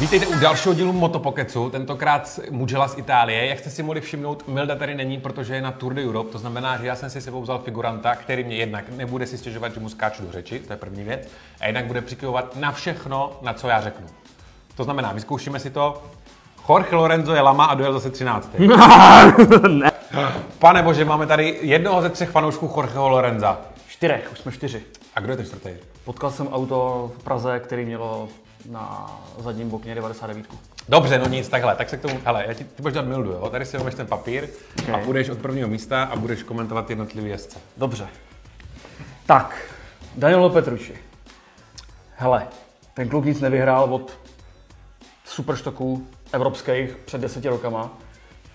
Vítejte u dalšího dílu Motopokecu, tentokrát s Mugello z Itálie. Jak jste si mohli všimnout, Milda tady není, protože je na Tour de Europe, to znamená, že já jsem si sebou vzal figuranta, který mě jednak nebude si stěžovat, že mu skáču do řeči, to je první věc, a jednak bude přikyvovat na všechno, na co já řeknu. To znamená, vyzkoušíme si to. Jorge Lorenzo je lama a dojel zase 13. ne. Pane bože, máme tady jednoho ze třech fanoušků Jorgeho Lorenza. Čtyřech, už jsme čtyři. A kdo je ten čtvrtý? Potkal jsem auto v Praze, který mělo na zadním bokně 99. Dobře, no nic, takhle, tak se k tomu, hele, já ti, ty budeš dát mildu, jo? Tady si vezmeš ten papír okay. a Okay. půjdeš od prvního místa a budeš komentovat jednotlivý jezdce. Dobře. Tak, Danilo Petruči. Hele, ten kluk nic nevyhrál od superštoků evropských před deseti rokama.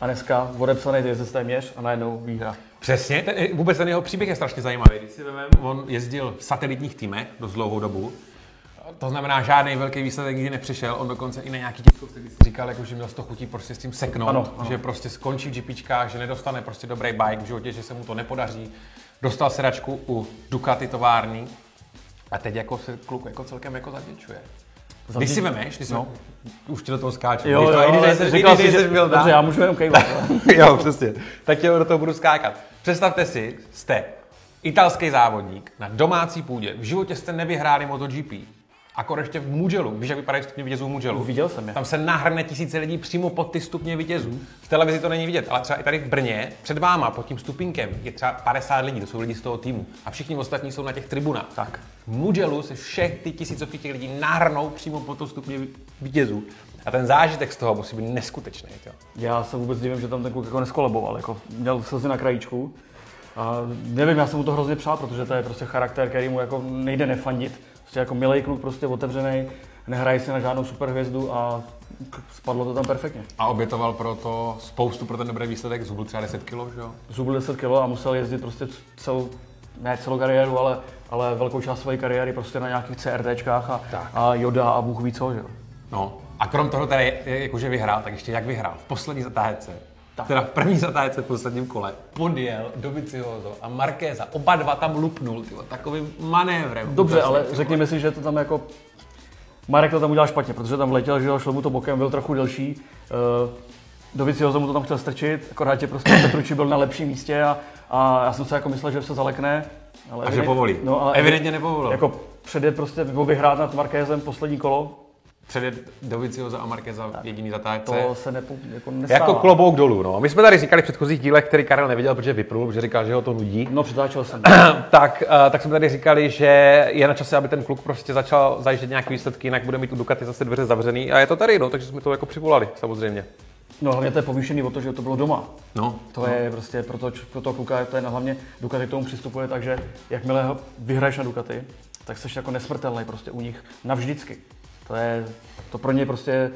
A dneska odepsaný jezdec téměř a najednou výhra. Přesně, ten, eh, vůbec ten jeho příběh je strašně zajímavý. Když si vemem, on jezdil v satelitních týmech dost dlouhou dobu, to znamená, žádný velký výsledek nikdy nepřišel. On dokonce i na nějaký tiskovce když si říkal, jako, že měl to chutí prostě s tím seknout, Ano, ano. že prostě skončí v GPčkách, že nedostane prostě dobrý bike v životě, že se mu to nepodaří. Dostal sedačku u Ducati tovární a teď jako se kluk jako celkem jako zavděčuje. Když si vemeš, když no. No. už ti do toho skáče. Jo, Víš to, jo, i když ale nejseš- i říkal když si, že... nejseš Vilda. Dobře, já můžu jenom kejvat. jo, přesně. Tak jo, do toho budu skákat. Představte si, jste italský závodník na domácí půdě. V životě jste nevyhráli MotoGP. Akorát ještě v Mugellu. Víš, jak vypadají stupně vítězů v Mugellu? Viděl jsem je. Tam se nahrne tisíce lidí přímo pod ty stupně vítězů. V televizi to není vidět, ale třeba i tady v Brně před váma pod tím stupinkem je třeba 50 lidí, to jsou lidi z toho týmu. A všichni ostatní jsou na těch tribunách. Tak. V Mugellu se všech ty tisícovky těch lidí nahrnou přímo pod to stupně ví- vítězů. A ten zážitek z toho musí být neskutečný. Jo. Já se vůbec divím, že tam ten kluk jako neskolaboval, jako měl slzy na krajíčku. A nevím, já jsem mu to hrozně přál, protože to je prostě charakter, který mu jako nejde nefandit. Prostě jako milý kluk, prostě otevřený, nehraje si na žádnou superhvězdu a k- spadlo to tam perfektně. A obětoval pro to spoustu pro ten dobrý výsledek, zhubl třeba 10 kg, že jo? Zubil 10 kg a musel jezdit prostě c- celou, ne celou kariéru, ale, ale velkou část své kariéry prostě na nějakých CRTčkách a, Tak. a Joda a Bůh ví co, že jo. No. A krom toho teda, je- je- jakože vyhrál, tak ještě jak vyhrál? V poslední zatáhece. Tak. Teda v první zatáhece v posledním kole podjel Doviciozo a Markéza. Oba dva tam lupnul, tyvo, takovým manévrem. Dobře, Úžasný, ale ty vole. řekněme si, že to tam jako... Marek to tam udělal špatně, protože tam letěl, že jo, šlo mu to bokem, byl trochu delší. Uh, do Viciozo mu to tam chtěl strčit, akorát je prostě Petruči byl na lepším místě a, a já jsem se jako myslel, že se zalekne. Ale A že povolí. No, ale Evidentně nepovolil. Jako předjet prostě, nebo vyhrát nad Markézem poslední kolo, Předjet Doviciozo a Markéza jediný to zatáhece. se nepo, jako nestává. Jako klobouk dolů, no. My jsme tady říkali v předchozích dílech, který Karel neviděl, protože vypnul, protože říkal, že ho to nudí. No, přetáčel jsem. tak, eh, tak jsme tady říkali, že je na čase, aby ten kluk prostě začal zajíždět nějaký výsledky, jinak bude mít u Ducati zase dveře zavřený a je to tady, no, takže jsme to jako přivolali, samozřejmě. No, hlavně to je povýšený o to, že to bylo doma. No, To je prostě pro, to, pro toho kluka, to je na hlavně Ducati k tomu přistupuje, takže jakmile ho vyhraješ na Ducati, tak jsi jako nesmrtelný prostě u nich navždycky. To je, to pro ně prostě, eh,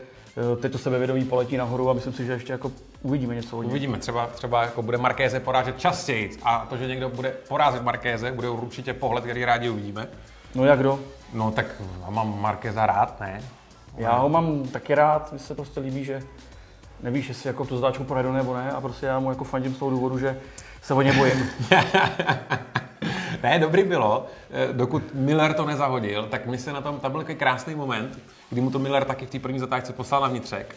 teď to sebevědomí poletí nahoru a myslím si, že ještě jako uvidíme něco od nich. uvidíme, třeba, třeba jako bude Markéze porážet častěji a to, že někdo bude porazit Markéze, bude určitě pohled, který rádi uvidíme. No jak kdo? No tak já mám Markéza rád, ne? Já ho mám taky rád, mi se prostě líbí, že nevíš, jestli jako tu zdáčku projedu nebo ne a prostě já mu jako fandím z toho důvodu, že se o ně bojím. ne, dobrý bylo, eh, dokud Miller to nezahodil, tak my se na tom, tam byl takový krásný moment, kdy mu to Miller taky v té první zatáčce poslal na vnitřek.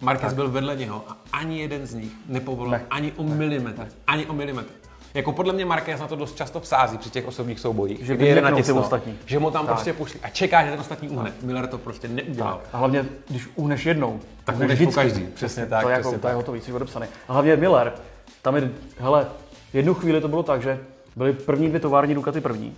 Marquez byl vedle něho a ani jeden z nich nepovolil ne. ani o milimetr, ne. ani o milimetr. Jako podle mě Marquez na to dost často psází při těch osobních soubojích, Že kdy jede vymknou ty těsno, ostatní. že mu tam Tak. prostě pušli a čeká, že ten ostatní uhne. Miller to prostě neudělal. A hlavně, když uhneš jednou, Tak uhneš uhneš po vždycky. každý, přesně tak, To je, jako, přesně to je tak. hotový, jsi odepsaný. A hlavně Miller, tam je, hele, jednu chvíli to bylo tak, že byly první dvě tovární Ducati první.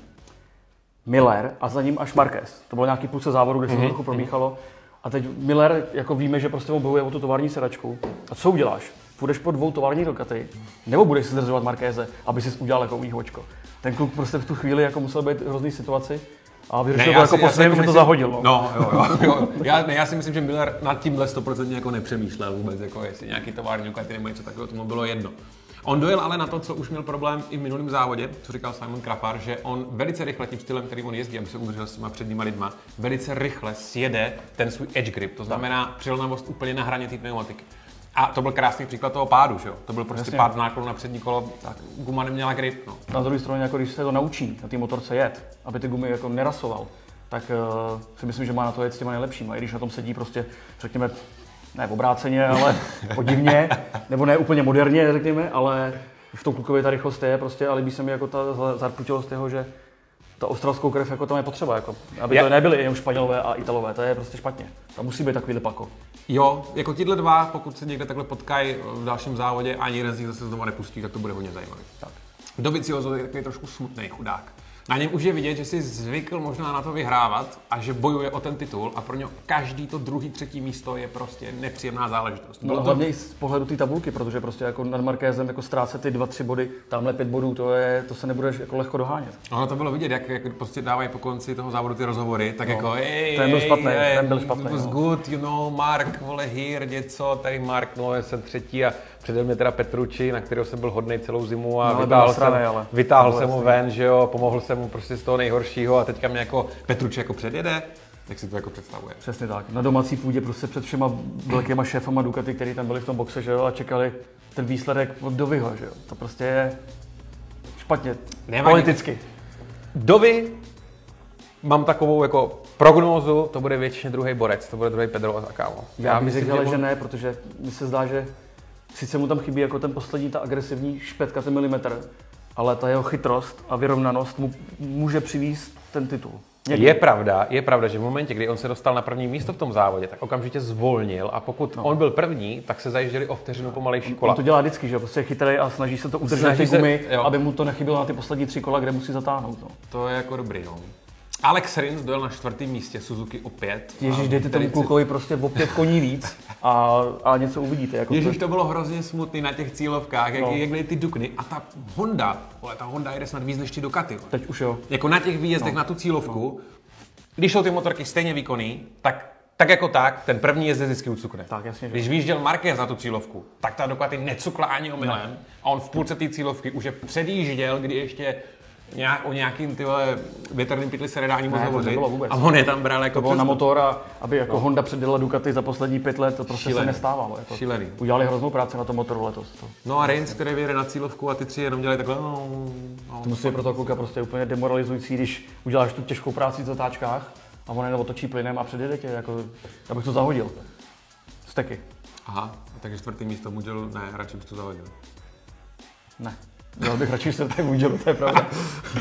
Miller a za ním až Marquez. To bylo nějaký půlce závodu, Mhm, kde se to trochu promíchalo. A teď Miller, jako víme, že prostě obhuje o tu tovární sedačku. A co uděláš? Půjdeš po dvou tovární Ducati, nebo budeš si zdržovat Markéze, aby si udělal jako výhočko. Ten kluk prostě v tu chvíli jako musel být v hrozný situaci a vyřešil to jako po svém, že to zahodil. no. No, jo, jo, jo. Já, ne, já si myslím, že Miller nad tímhle 100% jako nepřemýšlel vůbec, jako jestli nějaký tovární Ducati nebo něco takového, tomu bylo jedno. On dojel ale na to, co už měl problém i v minulém závodě, co říkal Simon Krafar, že on velice rychle tím stylem, který on jezdí, aby se udržel s těma předníma lidma, velice rychle sjede ten svůj edge grip, to znamená přilnavost úplně na hraně té pneumatiky. A to byl krásný příklad toho pádu, že jo? To byl prostě Jasně. pád z náklonu na přední kolo, tak guma neměla grip, no. Na druhé straně, jako když se to naučí na té motorce jet, aby ty gumy jako nerasoval, tak uh, si myslím, že má na to jet s těma nejlepšíma. I když na tom sedí prostě, řekněme, ne obráceně, ale podivně, nebo ne úplně moderně, řekněme, ale v tom klukově ta rychlost je prostě, ale líbí se mi jako ta zle- zarputilost jeho, že ta ostravskou krev jako tam je potřeba, jako, aby Já- to nebyly jenom Španělové a Italové, to je prostě špatně. Tam musí být takovýhle pako. Jo, jako tihle dva, pokud se někde takhle potkají eh, v dalším závodě a ani jeden z nich zase znova nepustí, tak to bude hodně zajímavé. Tak. Doviciozo je takový trošku smutný chudák. Na něm už je vidět, že si zvykl možná na to vyhrávat a že bojuje o ten titul a pro něj každý to druhý, třetí místo je prostě nepříjemná záležitost. No, Bylo to, hlavně i z pohledu té tabulky, protože prostě jako nad Markézem jako ztrácet ty dva, tři body, tamhle pět bodů, to, je, to se nebudeš jako lehko dohánět. ono No, to bylo vidět, jak, jak prostě dávají po konci toho závodu ty rozhovory, tak no, jako ej, ten byl špatný, ej, ten byl špatný, It was no. good, you know, Mark, vole, here, něco, tady Mark, no, já jsem třetí a přede mě teda Petruči, na kterého jsem byl hodnej celou zimu a No, ale byl vytáhl, jsem, nasranej, ale. vytáhl Byl jsem ho jasný. ven, že jo, pomohl jsem mu prostě z toho nejhoršího a teďka mě jako Petruči jako předjede, jak si to jako představuje. Přesně tak. Na domácí půdě prostě před všema velkýma šéfama Ducati, který tam byli v tom boxe, že jo, a čekali ten výsledek od Dovyho, že jo. To prostě je špatně. Nemá Politicky. Dovi, mám takovou jako prognózu, to bude většině druhý borec, to bude druhý Pedro a kámo. Já bych řekl, ale on- že ne, protože mi se zdá, že sice mu tam chybí jako ten poslední, ta agresivní špetka, ten milimetr, ale ta jeho chytrost a vyrovnanost mu může přivíst ten titul. Někdy. Je pravda, je pravda, že v momentě, kdy on se dostal na první místo v tom závodě, tak okamžitě zvolnil a pokud no. on byl první, tak se zajížděli o vteřinu pomalejší kola. On to dělá vždycky, že jo, prostě je chytrý a snaží se to udržet Snaží snaží ty se- gumy, jo. aby mu to nechybilo na ty poslední tři kola, kde musí zatáhnout. No. To je jako dobrý, no. Alex Rins dojel na čtvrtém místě Suzuki opět. Ježíš, A dejte tomu 40. klukovi prostě o pět koní víc a, a něco uvidíte. Jako Ježíš, to, to bylo hrozně smutný na těch cílovkách, jak, no. No. jak byly ty dukny. A ta Honda, vole, ta Honda jede snad víc než ty Ducati. vole. teď už jo. Jako na těch výjezdech no. na tu cílovku, když jsou ty motorky stejně výkonný, tak tak jako tak, ten první jezdec vždycky ucukne. Tak, jasně, že Když vyjížděl Marquez na tu cílovku, tak ta Ducati necukla ani omylem a on v půlce té cílovky už je předjížděl, kdy ještě nějak, o nějakým tyhle větrným pytli se nedá ani moc Ne, to hovořit. nebylo vůbec. A on je tam bral jako Bylo na přes- motor a aby jako no. Honda předjela Ducati za poslední pět let, to prostě Šílený. se nestávalo. Jako. Šílený. Udělali hroznou práci na tom motoru letos. To, No a Reigns, který vyjede na cílovku a ty tři jenom dělají takhle. No, no. to musí být pro toho kluka prostě úplně demoralizující, když uděláš tu těžkou práci v zatáčkách a on jenom otočí plynem a předjede tě. Jako, já bych to zahodil. Steky. Aha, takže čtvrtý místo mu dělal, ne, radši bych to zahodil. Ne. Já bych radši se tak udělal, to je pravda.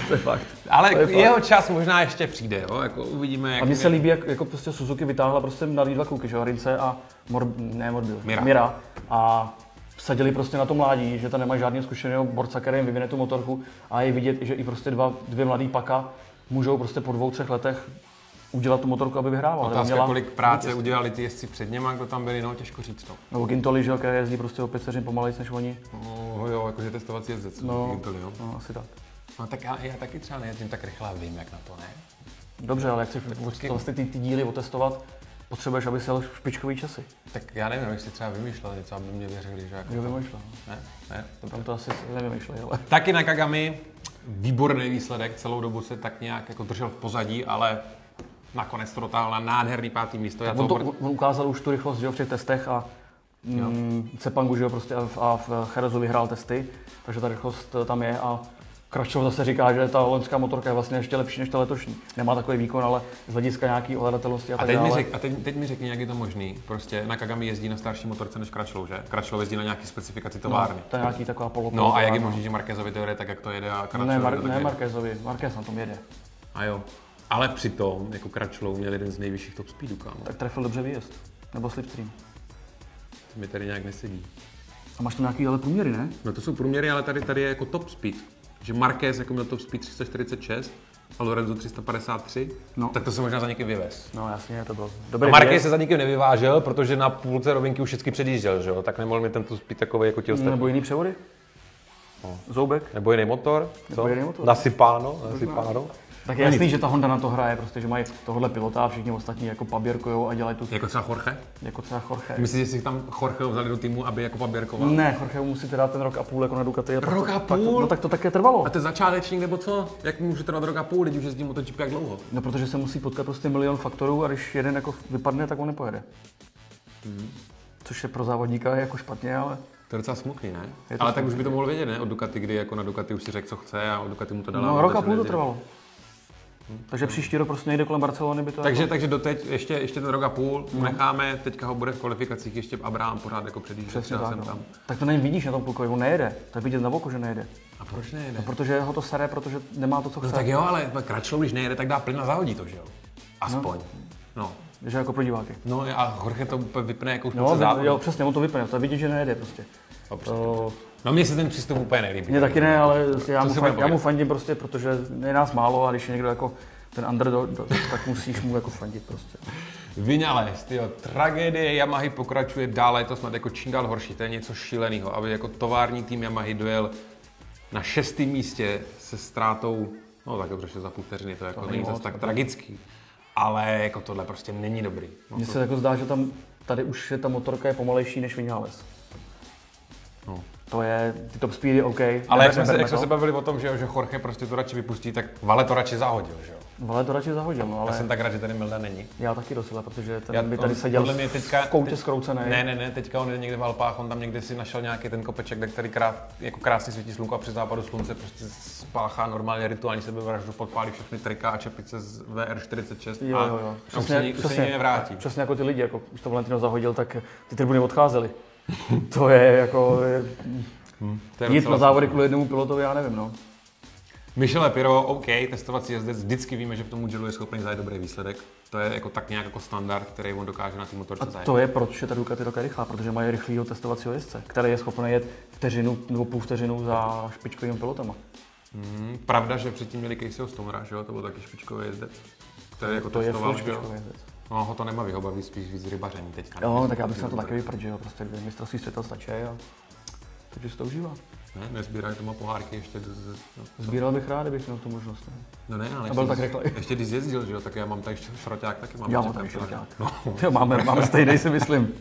to je fakt. Ale To je fakt. jeho čas možná ještě přijde, jo? Jako uvidíme, jak A mně se líbí, jak jako prostě Suzuki vytáhla prostě mladý dva kluky, že jo, Rince a Mor, ne Morbil, Mira. Mira. A sadili prostě na to mládí, že tam nemá žádný zkušeného borca, který jim vyvine tu motorku a je vidět, že i prostě dva, dvě mladý paka můžou prostě po dvou, třech letech udělat tu motorku, aby vyhrávala. Otázka, měla... kolik práce udělali ty jezdci před něma, kdo tam byli, no těžko říct. No. Nebo Gintoli, že jo, který jezdí prostě o pět vteřin pomalejc než oni. No, jo, jakože testovací jezdec. No. Gintoli, jo. No, asi tak. no tak já, já, taky třeba nejezdím tak rychle a vím, jak na to, ne? Dobře, ale jak chceš počkej. vlastně ty, ty díly otestovat, potřebuješ, aby si jel špičkový časy. Tak já nevím, jestli třeba vymýšlel něco, aby mě věřili, že jako... Kdo vymýšlel? Ne, ne, to Tam to asi nevymýšlej, ale... Taky na Kagami, výborný výsledek, celou dobu se tak nějak jako držel v pozadí, ale nakonec to dotáhl na nádherný pátý místo. Já On, to, to, on ukázal už tu rychlost že jo, v těch testech a mm, Cepangu že jo, prostě a v, a v Cherezu vyhrál testy, takže ta rychlost eh, tam je a Kračov zase říká, že ta loňská motorka je vlastně ještě lepší než ta letošní. Nemá takový výkon, ale z hlediska nějaký ovladatelnosti a a tak teď, mi dále. řek, a teď, teď mi řekni, jak je to možný. Prostě na Kagami jezdí na starší motorce než Kračlou, že? Kračlou jezdí na nějaký specifikaci továrny. to je nějaký taková polo. No, a jak je možný, že Markezovi to jede tak, jak to jede a Kračlou Ne, Mar- to tak ne jede? Markézovi, Markéz na tom jede. A jo. Ale přitom, jako Kračlou měl jeden z nejvyšších top speedů, kámo. Tak trefil dobře výjezd. Nebo slipstream. To mi tady nějak nesedí. A máš tam nějaký ale průměry, ne? No to jsou průměry, ale tady, tady je jako top speed. Že Marquez jako měl top speed 346 a Lorenzo 353, no. No. tak to se možná za někým vyvez. No jasně, to bylo A dobrý Marquez výjezd. se za nikým nevyvážel, protože na půlce rovinky už vždycky předjížděl, že jo? Tak nemohl mít ten top speed takový jako ti ostatní. Nebo, Nebo jiný převody? Zoubek? nebo jiný motor, co? Nebo jiný motor. Nasypáno, nasypáno. Tak je jasný, že ta Honda na to hraje, prostě, že mají tohle pilota a všichni ostatní jako paběrkujou a dělají tu, Jako třeba Jorge? jako třeba Jorge. Myslíš, že si tam Jorge vzali do týmu, aby jako paběrkoval? Ne, Jorge musíte dát ten rok a půl jako na Ducati. pak Rok to- a pak to- půl? No tak to také trvalo. A to je začátečník nebo co? Jak může trvat rok a půl, když už jezdí MotoGP jak dlouho? No protože se musí potkat prostě milion faktorů a když jeden jako vypadne, tak on nepojede. Mhm. Což je pro závodníka jako špatně, ale To je docela smutný, ne? Je to Ale tak už by to mohl vědět, ne? Od Ducati, kdy jako na Ducati už si řekl, co chce a od Ducati mu to dala. no, a rok a začal půl to jezdit. trvalo. Takže příští rok prostě někde kolem Barcelony by to Mhm. Takže, jako... takže doteď ještě, ještě ten rok a půl no. necháme, teďka ho bude v kvalifikacích ještě Abraham pořád jako předjíždět, Přesně třeba tak, jsem no. tam. tak to není vidíš na tom klukovi, on nejede. To je vidět na boku, že nejede. A proč nejede? Protože ho to sere, protože nemá to, co chce. No tak jo, ale Kračlov, když nejede, tak dá plyn a zahodí to, že jo? Aspoň. No. Že jako pro diváky. No, a Jorge to úplně vypne jako už No, no, vy- jo, přesně, on to vypne, to je vidět, že nejede prostě. Dobře. To, no mně se ten přístup úplně nelíbí. mě taky ne, ale já Co mu, si fan, budeme já mu fandím prostě, protože je nás málo a když je někdo jako ten underdog, do- tak musíš mu jako fandit prostě. Vynález, tyjo, tragédie Yamahy pokračuje dál, je to snad jako čím dál horší, to je něco šíleného, aby jako tovární tým Yamahy dojel na šestém místě se ztrátou, no tak dobře, že za půl vteřiny, to jako není zase tak tragický, ale jako tohle prostě není dobrý. No, Mně se jako zdá, že tam, tady už je ta motorka je pomalejší než Vinales. no. To je, ty top speedy OK. Ale neber- jak jsme, se, neberme no. jak jsme to. se bavili o tom, že, jo, že Jorge prostě to radši vypustí, tak Vale to radši zahodil, že jo? Vole, to radši zahodil, no, ale... Já jsem tak rád, že tady Milda není. Já taky docela, protože ten Já, by on- tady seděl podle mě teďka- v koutě teď- zkroucený. Ne, ne, ne, teďka on je někde v Alpách, on tam někde si našel nějaký ten kopeček, kde který krát, jako krásně svítí slunko a při západu slunce prostě spáchá normálně rituální sebevraždu, podpálí všechny trika a čepice z VR46 Jo, a, jo, jo. a už se, ní- už se ní nevrátí. přesně jako ty lidi, jako už to Valentino zahodil, tak ty tribuny odcházely. to je jako je, To je jít docela- na závody kvůli jednomu pilotovi, já nevím, no. Michele Piro, OK, testovací jezdec, vždycky víme, že v tom Mugello je schopný zajít dobrý výsledek. To je jako tak nějak jako standard, který on dokáže na té motorce A zajet. to je proč je ta Ducati taková rychlá, protože mají rychlýho testovacího jezdce, který je schopný jet vteřinu nebo půl vteřinu za špičkovým pilotama. Hmm, pravda, že předtím měli Caseyho Stonera, že jo, to byl taky špičkový jezdec. To je jako To je testoval, furt že jo. špičkový jezdec. No, ho to nemá vyhobaví, spíš víc rybaření teďka. Jo, tak já bych Nezbírá se na to taky rybaření. vyprdl, že jo, prostě dvě mistrovství světa stačí a takže si to užívá. Ne, nezbírají doma pohárky ještě. z- z- No, Sbíral bych rád, kdybych měl tu možnost. Ne? no ne, ale A byl ještě, tak rychlej. ještě když jezdil, že jo, tak já mám tady š- šroťák, taky mám. Já ještě mám tam ten šroťák. No. Jo, máme, máme stejný, si myslím.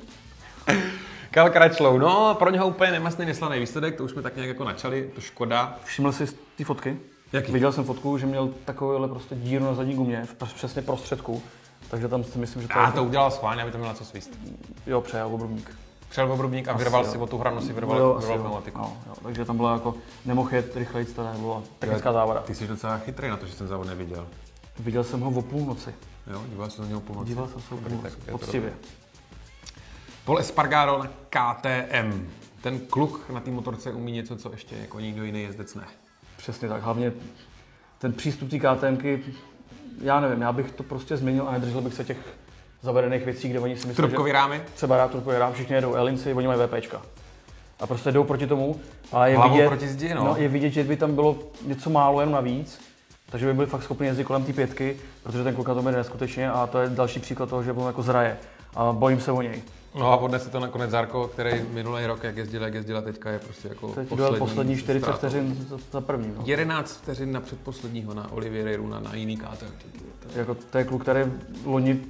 Kyle Crutchlow, no, pro něho úplně nemastný, neslaný výsledek, to už jsme tak nějak jako načali, to škoda. Všiml jsi ty fotky? Jaký? Viděl jsem fotku, že měl takovouhle prostě díru na zadní gumě, v pr- přesně prostředku. Takže tam si myslím, že to, A je- to udělal schválně, aby to měl na co svíst. jo, přejel obrubník. Přel obrubník a vyrval jo. si o tu hranu, si Jo, vyrval, asi vyrval jo. pneumatiku. No, jo, takže tam bylo jako, nemohl jet rychleji, to nebylo technická závada. Ty jsi docela chytrý na to, že jsem závod neviděl. Viděl jsem ho o půlnoci. Jo, díval se na něho půlnoci. Díval jsem se o tak půlnoci, je to poctivě. Paul Espargaro na KTM. Ten kluk na té motorce umí něco, co ještě jako nikdo jiný jezdec ne. Přesně tak, hlavně ten přístup té KTMky, já nevím, já bych to prostě změnil a nedržel bych se těch zavedených věcí, kde oni si myslí, že Trubkový rámy? třeba rád turbo jedám, všichni jedou Elinci, oni mají VPčka. A prostě jdou proti tomu. A je Hlavou vidět, proti zdi, no. je vidět, že by tam bylo něco málo jen navíc, takže by byli fakt schopni jezdit kolem té pětky, protože ten kluk na tom jede neskutečně a to je další příklad toho, že on jako zraje. A bojím se o něj. No a odnese to nakonec Zarko, který minulý rok, jak jezdil, jak jezdila, teďka je prostě jako Teď poslední, poslední, poslední 40 ztrátou. vteřin za, za první. No. 11 vteřin na předposledního na Olivieru na, na jiný KTM. Jako, to je kluk, který loni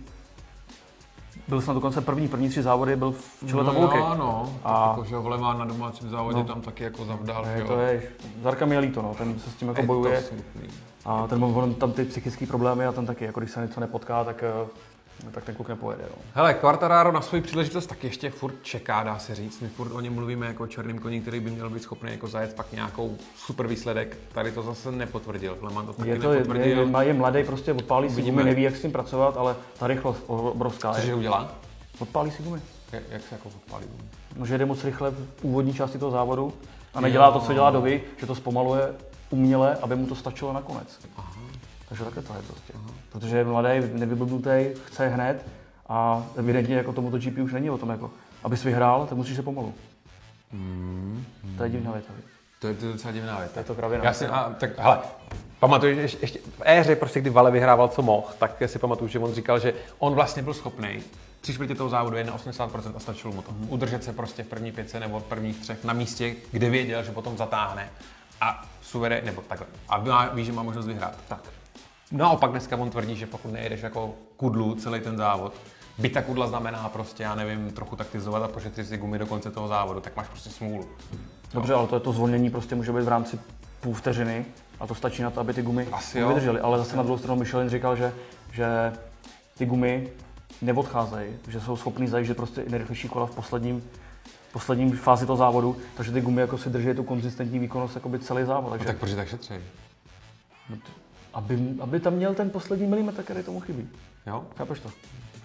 byl snad dokonce první, první tři závody byl v čele tabulky. no, no, a... A- jako, že ho vole má na domácím závodě, No. tam taky jako zavdal, Ne, že jo. to je, Zarka mi je líto, no, ten se s tím jako Je to bojuje. smutný. A ten on tam ty psychické problémy a ten taky, jako když se něco nepotká, tak, eh, tak ten kluk nepojede. No. Hele, Quartararo na svou příležitost tak ještě furt čeká, dá se říct. My furt o něm mluvíme jako o černém koni, který by měl být schopný jako zajet pak nějakou super výsledek. Tady to zase nepotvrdil. Le Mans to taky Je, to, je, nepotvrdil. je, je, je mladý, prostě odpálí si Uvidíme. gumy, neví, jak s tím pracovat, ale ta rychlost obrovská Cože je. udělá? Odpálí si gumy. Jak, jak se jako podpálí? No, že jde moc rychle v úvodní části toho závodu a nedělá to, co dělá Dovi, že to zpomaluje uměle, aby mu to stačilo nakonec. Aha. Takže takhle to je prostě. Protože je mladý, nevyblbnutý, chce hned a evidentně jako tomuto GP už není o tom jako. Abys vyhrál, tak musíš se pomalu. Hmm, To je divná věta. To je to je docela divná věta. To je to kravina. Já si, a, tak hele, pamatuju, že ještě, ještě v éře, prostě, kdy Vale vyhrával, co mohl, tak si pamatuju, že on říkal, že on vlastně byl schopný tři čtvrtě toho závodu je na 80% a stačilo mu to. Udržet se prostě v první pětce nebo v prvních třech na místě, kde věděl, že potom zatáhne a suvere, nebo takhle, a má, ví, že má možnost vyhrát. Tak. Naopak dneska on tvrdí, že pokud nejedeš jako kudlu celý ten závod, by ta kudla znamená prostě, já nevím, trochu taktizovat a pošetřit si gumy do konce toho závodu, tak máš prostě smůlu. Dobře, ale to, to zvolnění prostě může být v rámci půl vteřiny a to stačí na to, aby ty gumy Asi jo. vydržely. Ale zase na druhou stranu Michelin říkal, že, že ty gumy neodcházejí, že jsou schopný zajíždět prostě i nejrychlejší kola v posledním, posledním fázi toho závodu, takže No ty gumy jako si drží tu konzistentní výkonnost jakoby celý závod. Takže, Tak proč tak šetřej? no t- aby, aby tam měl ten poslední milimetr, který tomu chybí. Jo? Chápeš to?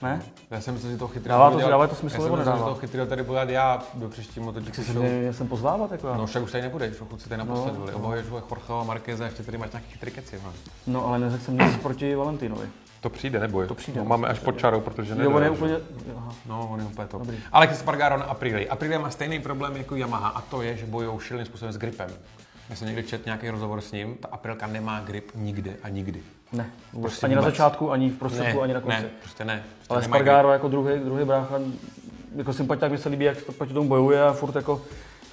Ne? Já jsem myslím, že to chytrý. Dává budu to- dělat- dává to smysl, já jsem nebo myslel, že nedává? to chytrý tady budu dělat já do příští MotoGP Jsi show. mě jsem pozvávat jako já. No No. však už tady nebudeš, pokud se tady naposled byli. Obhajuješ vole Jorgeho a Marqueza, ještě tady máš nějaký chytrý keci. vole. no ale neřekl jsem nic proti Valentinovi. To přijde, nebo je? To přijde. No, máme až pod čarou, protože Jo, on je nedojel, že? úplně... Aha. No, on je úplně to. Alex Spargaro na Aprilia. Aprilia má stejný problém jako Yamaha a to je, že bojují šíleným způsobem s gripem. Já jsem někdy četl nějaký rozhovor s ním, ta Aprilka nemá grip nikde a nikdy. Ne, vůbec. Prostě ani na vůbec. začátku, ani v prostředku, ani na konci. ne, prostě ne. Prostě Ale nemají grip. Spargaro jako druhý, druhý brácha, jako sympatiák mi se líbí, jak to proti tomu bojuje a furt jako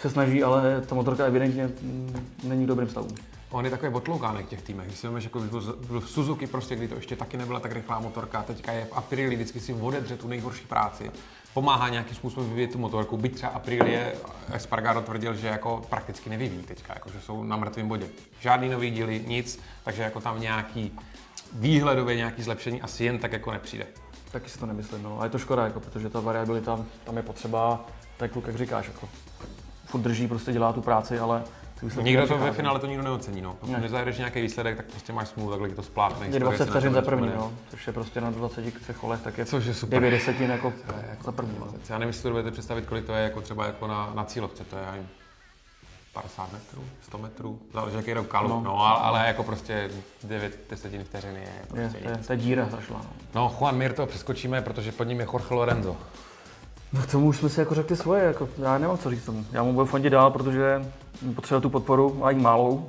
se snaží, ale ta motorka evidentně mm, není v dobrém stavu. On je takový otloukánek v těch týmech. Když si vezmeš, jako když byl, z- byl v Suzuki, prostě, kdy to ještě taky nebyla tak rychlá motorka, teďka je v Aprili, vždycky si odedře tu nejhorší práci. Pomáhá nějakým způsobem vyvíjet tu motorku, byť třeba Aprilie, Espargaro tvrdil, že jako prakticky nevyvíjí teďka, jako že jsou na mrtvém bodě. Žádný nový díly, nic, takže jako tam nějaký výhledově nějaký zlepšení asi jen tak jako nepřijde. Taky si to nemyslím, no. A je to škoda, jako, protože ta variabilita tam je potřeba, ten kluk, jak říkáš, jako, furt drží, prostě dělá tu práci, ale ty výsledky Nikdo to ve nepřichází. finále to nikdo neocení, no. Pokud Ne. nezajedeš nějaký výsledek, tak prostě máš smůlu, takhle ti to splátne. Je historie 20 se na vteřin tebe za první, vzpomene. no. což je prostě na 23 kolech, tak je Což je super. 9 desetin jako, jako za první. No. Já nevím, jestli to budete představit, kolik to je jako třeba jako na, na cílovce, to je já nevím, 50 metrů, 100 metrů, záleží jaký rok kalup, no, No. no ale, ale, jako prostě 9 desetin vteřiny je Je, prostě to, nic. je, to je díra zašla. No. No, Juan Mir to přeskočíme, protože pod ním je Jorge Lorenzo. No k tomu už jsme si jako řekli svoje, jako já nemám co říct tomu. Já mu budu fandit dál, protože potřebuje tu podporu, a i málou.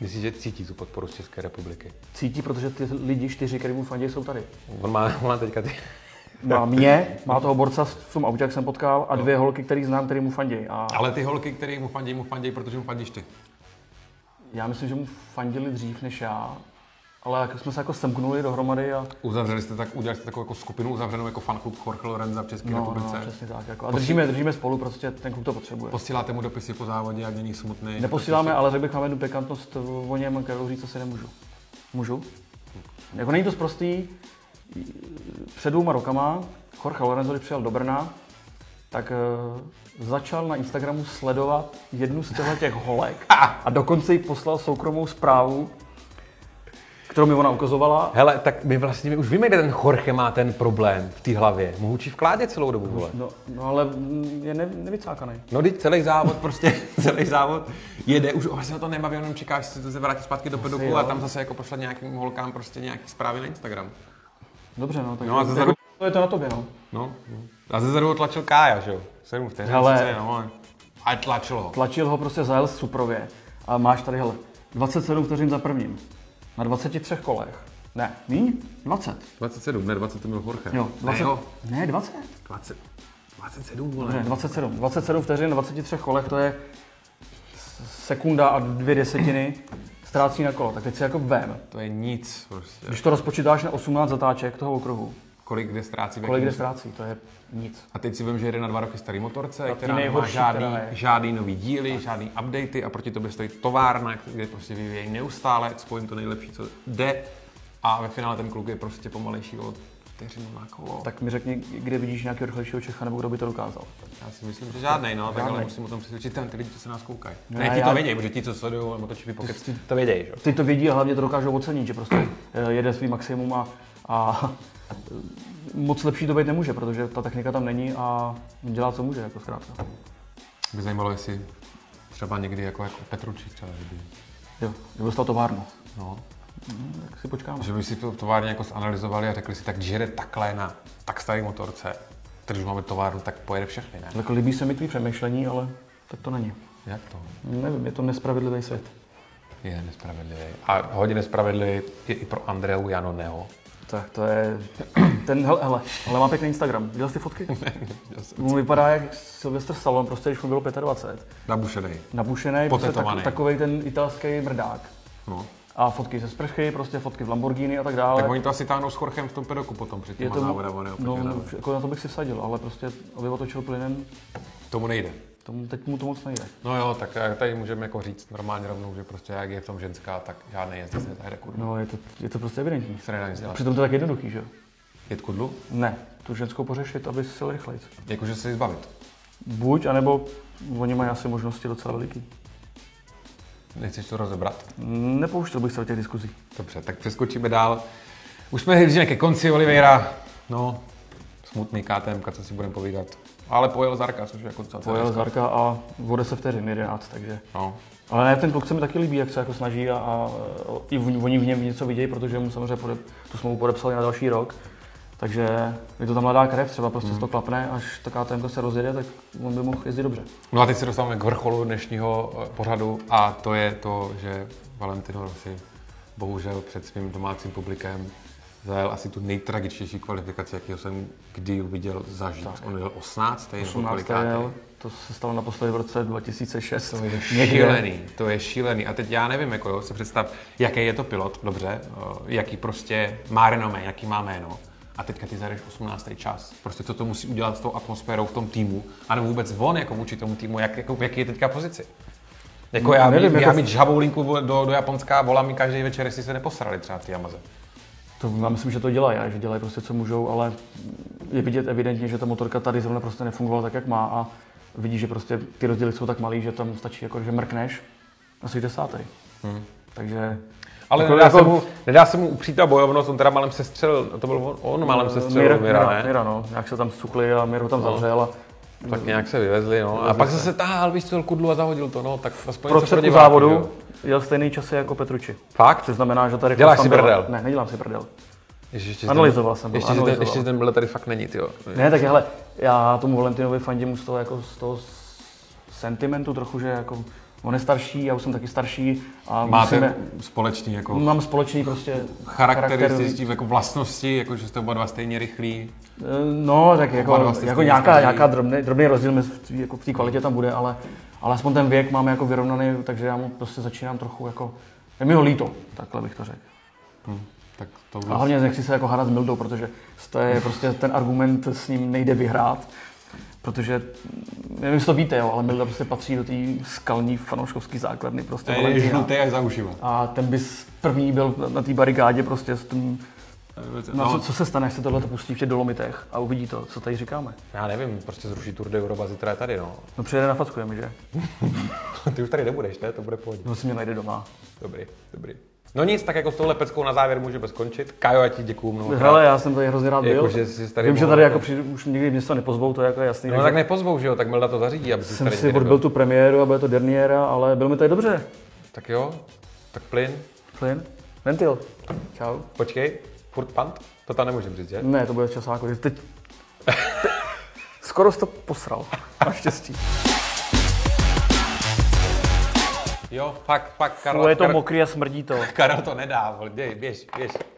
Myslíš, že cítí tu podporu z České republiky? Cítí, protože ty lidi čtyři, který mu fandí, jsou tady. On má, on má teďka ty... Má mě, má toho borca v tom autě, jak jsem potkal, a dvě holky, který znám, který mu fandí. A Ale ty holky, které mu fandí, mu fandí, protože mu fandíš ty. já myslím, že mu fandili dřív než já, ale jak jsme se jako semknuli dohromady a Uzavřeli jste tak, udělali jste takovou jako skupinu uzavřenou jako fanklub Jorge Lorenza v České no, no, republice. přesně tak. Jako. A držíme, držíme spolu, prostě ten klub to potřebuje. Posíláte mu dopisy po závodě, jak není smutný. Neposíláme, ale řekl bych, máme jednu pikantnost o něm, kterou říct asi nemůžu. Můžu? Jako není to prostý. Před dvouma rokama Jorge Lorenzo, když přijel do Brna, tak eh, začal na Instagramu sledovat jednu z těchto těch holek a dokonce jí poslal soukromou zprávu, kterou mi ona ukazovala. Hele, tak my vlastně my už víme, kde ten Jorge má ten problém v té hlavě. Mu hučí v kládě celou dobu, vole. No, no ale mm, je ne, nevycákaný. No, teď celý závod prostě, celý závod jede, už vlastně na to nebaví, jenom čekáš, že se to se vrátí zpátky do pedoku a jo. tam zase jako pošle nějakým holkám prostě nějaký zprávy na Instagram. Dobře, no, takže No a jako, zezadu- to je to na tobě, no. No, no. a ze zadu tlačil Kája, že jo? 7 vteřin, Hele. sice, no, ale- ale tlačil ho. Tlačil ho prostě zajel suprově a máš tady, hele, 27 vteřin za prvním. Na 23 kolech. Ne, míň? 20. 27, ne 20 to byl Jorge. Jo, 20. Ne, jo. Ne, 20. 20, 27, vole. Ne, 27. 27 vteřin na 23 kolech, to je sekunda a dvě desetiny ztrácí na kolo. Tak teď si jako vem. To je nic prostě. Když to rozpočítáš na 18 zatáček toho okruhu, Kolik kde ztrácí, v kolik jakým- kde ztrácí, to je nic. A teď si vím, že jede na dva roky starý motorce, která nemá nejhorší, žádný, která je. žádný nový díly, žádný updaty a proti tobě stojí továrna, kde prostě vyvíjejí neustále, spojím to nejlepší, co jde. A ve finále ten kluk je prostě pomalejší o vteřinu na kolo. Tak Tak mi řekni, kde vidíš nějakého rychlejšího Čecha, nebo kdo by to dokázal. já si myslím, že žádný, no, tak ale Žádnej. musím o tom přesvědčit tam ty lidi, co se nás koukají. No, Ne, a ti to já- vědějí, protože ti, co sledují, motočí pokec. To vědějí, že jo? Ty to vědí a hlavně to dokážou ocenit, že prostě eh, jede svý maximum a, a eh, moc lepší to být nemůže, protože ta technika tam není a dělá, co může, jako zkrátka. By zajímalo, jestli třeba někdy jako, jako Petruči třeba, že by, Jo, dostal továrnu. no, Tak si počkáme. že by si to továrně jako zanalizovali a řekli si, tak když jede takhle na tak starý motorce, když máme továrnu, tak pojede všechny, ne? Tak líbí se mi tvý přemýšlení, ale tak to není. Jak to? Nevím, je to nespravedlivý svět. Je nespravedlivý. A hodně nespravedlivý je i pro Andreu Janoneho. Tak to je... Ten, hele, hele, ale má pěkný Instagram. Viděl jsi ty fotky? On vypadá jak Sylvester Stallone, prostě když mu bylo 25. Nabušený. Nabušený, prostě Potetovaný. tak, takovej ten italský mrdák. No. A fotky ze sprchy, prostě fotky v Lamborghini a tak dále. Tak oni to asi táhnou s Chorchem v tom pedoku potom před Je těma to, závodama. ne? no, Oproti no, nám. jako na to bych si vsadil, ale prostě, aby otočil plynem, Tomu nejde. tomu, teď mu to moc nejde. No jo, tak eh, tady můžeme jako říct normálně rovnou, že prostě jak je v tom ženská, tak žádný jezdec netahde kurva. No, je to, je to prostě evidentní. Se nedá nic dělat. Přitom to je tak jednoduchý, že jo? Jet kudlu? Ne, tu ženskou pořešit, aby si jel rychlejc. Jakože se jí zbavit. Buď, anebo oni mají asi možnosti docela veliký. Nechceš to rozebrat? Nepouštěl bych se do těch diskuzí. Dobře, tak přeskočíme dál. Už jsme hlíželi ke konci Oliveira. No, smutný KTM, co si budeme povídat. Ale pojel Zarka, což je jako docela Pojel cenost. Zarka a vode se vteřin 11, takže. No. Ale ne, ten kluk se mi taky líbí, jak se jako snaží a, a i v- oni v něm něco vidějí, protože mu samozřejmě podep, tu smlouvu podepsali na další rok. Takže je to tam mladá krev, třeba prostě Mhm. hmm. to klapne, až ta KTM se rozjede, tak on by mohl jezdit dobře. no a teď se dostáváme k vrcholu dnešního eh, pořadu a to je to, že Valentino Rossi bohužel před svým domácím publikem zajel asi tu nejtragičtější kvalifikaci, jakého jsem kdy viděl zažít. Tak. On jel 18. nebo 18. kolikátý. jel, to se stalo naposledy v roce 2006. To To je šílený, to je šílený. A teď já nevím, jako jo, si představ, jaký je to pilot, dobře, o, jaký prostě má renomé, jaký má jméno. A teďka ty zajdeš 18. čas. Prostě co to musí udělat s tou atmosférou v tom týmu, anebo vůbec on jako vůči tomu týmu, jak, jako, v jaký je teďka pozici. Jako já, Nevím, nevím, já jako- mi žhavou linku do, do Japonska, volá mi každý večer, jestli se neposrali třeba ty Yamaze. To já myslím, že to dělají, a že dělají prostě co můžou, ale je vidět evidentně, že ta motorka tady zrovna prostě nefungovala tak, jak má a vidí, že prostě ty rozdíly jsou tak malý, že tam stačí jako, že mrkneš a jsi desátý. Mhm. Hmm. Takže Ale Jako nedá, jako- se mu, nedá se mu upřít ta bojovnost, on teda málem sestřelil, to byl on, on No, málem No, sestřelil, Mira, ne? No. Mira, no, jak se tam suchli a Miro tam zavřel a Tak nějak se vyvezli, no. A pak zase táhl, víš, co, kudlu a zahodil to, no. Tak aspoň něco prostředku diváky, jo. závodu jel stejný čas jako Petruči. Fakt? Což znamená, že tady jako Děláš si prdel. Ne, nedělám si prdel. Ježiš, ještě Analyzoval jsem to, Ještě, že ten, analyzoval. ještě že ten byl tady fakt není, jo. Ne, tak hele, já tomu Valentinovi fandím z toho, jako z toho s- sentimentu trochu, že jako on je starší, já už jsem taky starší a Máte musíme, společný jako mám společný prostě charakteristický jako vlastnosti, jako že jste oba dva stejně rychlí. Eh, No, tak Oba dva jako, jste jako stejně nějaká, staří. nějaká drobný, drobný rozdíl mezi v tý- jako v té kvalitě tam bude, ale, ale aspoň ten věk máme jako vyrovnaný, takže já mu prostě začínám trochu jako, je mi ho líto, takhle bych to řekl. Tak to Hm. A hlavně nechci se jako hádat s Mildou, protože to je prostě ten argument s ním nejde vyhrát. Protože, nevím, jestli to víte, jo, ale Milda prostě patří do té skalní fanouškovské základny. Prostě je Valentina. Eh, žlutý až za ušima. a ten by s- první byl na- na té barikádě prostě s tím, no, co, co, se stane, až se tohle pustí v těch dolomitech a uvidí to, co tady říkáme. Já nevím, prostě zruší Tour de Europa, zítra je tady, no. No přijede na fackujeme, že? Ty už tady nebudeš, ne? To bude pohodě. No si mě najde doma. Dobrý, dobrý. No nic, tak jako s touhle peckou na závěr můžeme skončit. Kajo, já ti děkuju mnohokrát. Hele, já jsem tady hrozně rád byl. Jako, že jsi tady Vím, že mohl tady jako- jako přijdu, už nikdy mě se to nepozvou, to je jako jasný. No takže tak nepozvou, že jo, tak Milda to zařídí, aby jsem tady si nikdy nebyl. odbil tu premiéru a bude to derniéra, ale bylo mi tady dobře. Tak jo, tak plyn, Plyn. Ventil. Čau. počkej, furt pant, to tam nemůžeme říct, že? Ne, to bude v časáku. Teď... Te... Skoro jsi to posral. Naštěstí. Jo, fakt, fakt, Karla, Ale je to Kar- mokrý a smrdí to. Karel to nedá, vole, děj, běž, běž.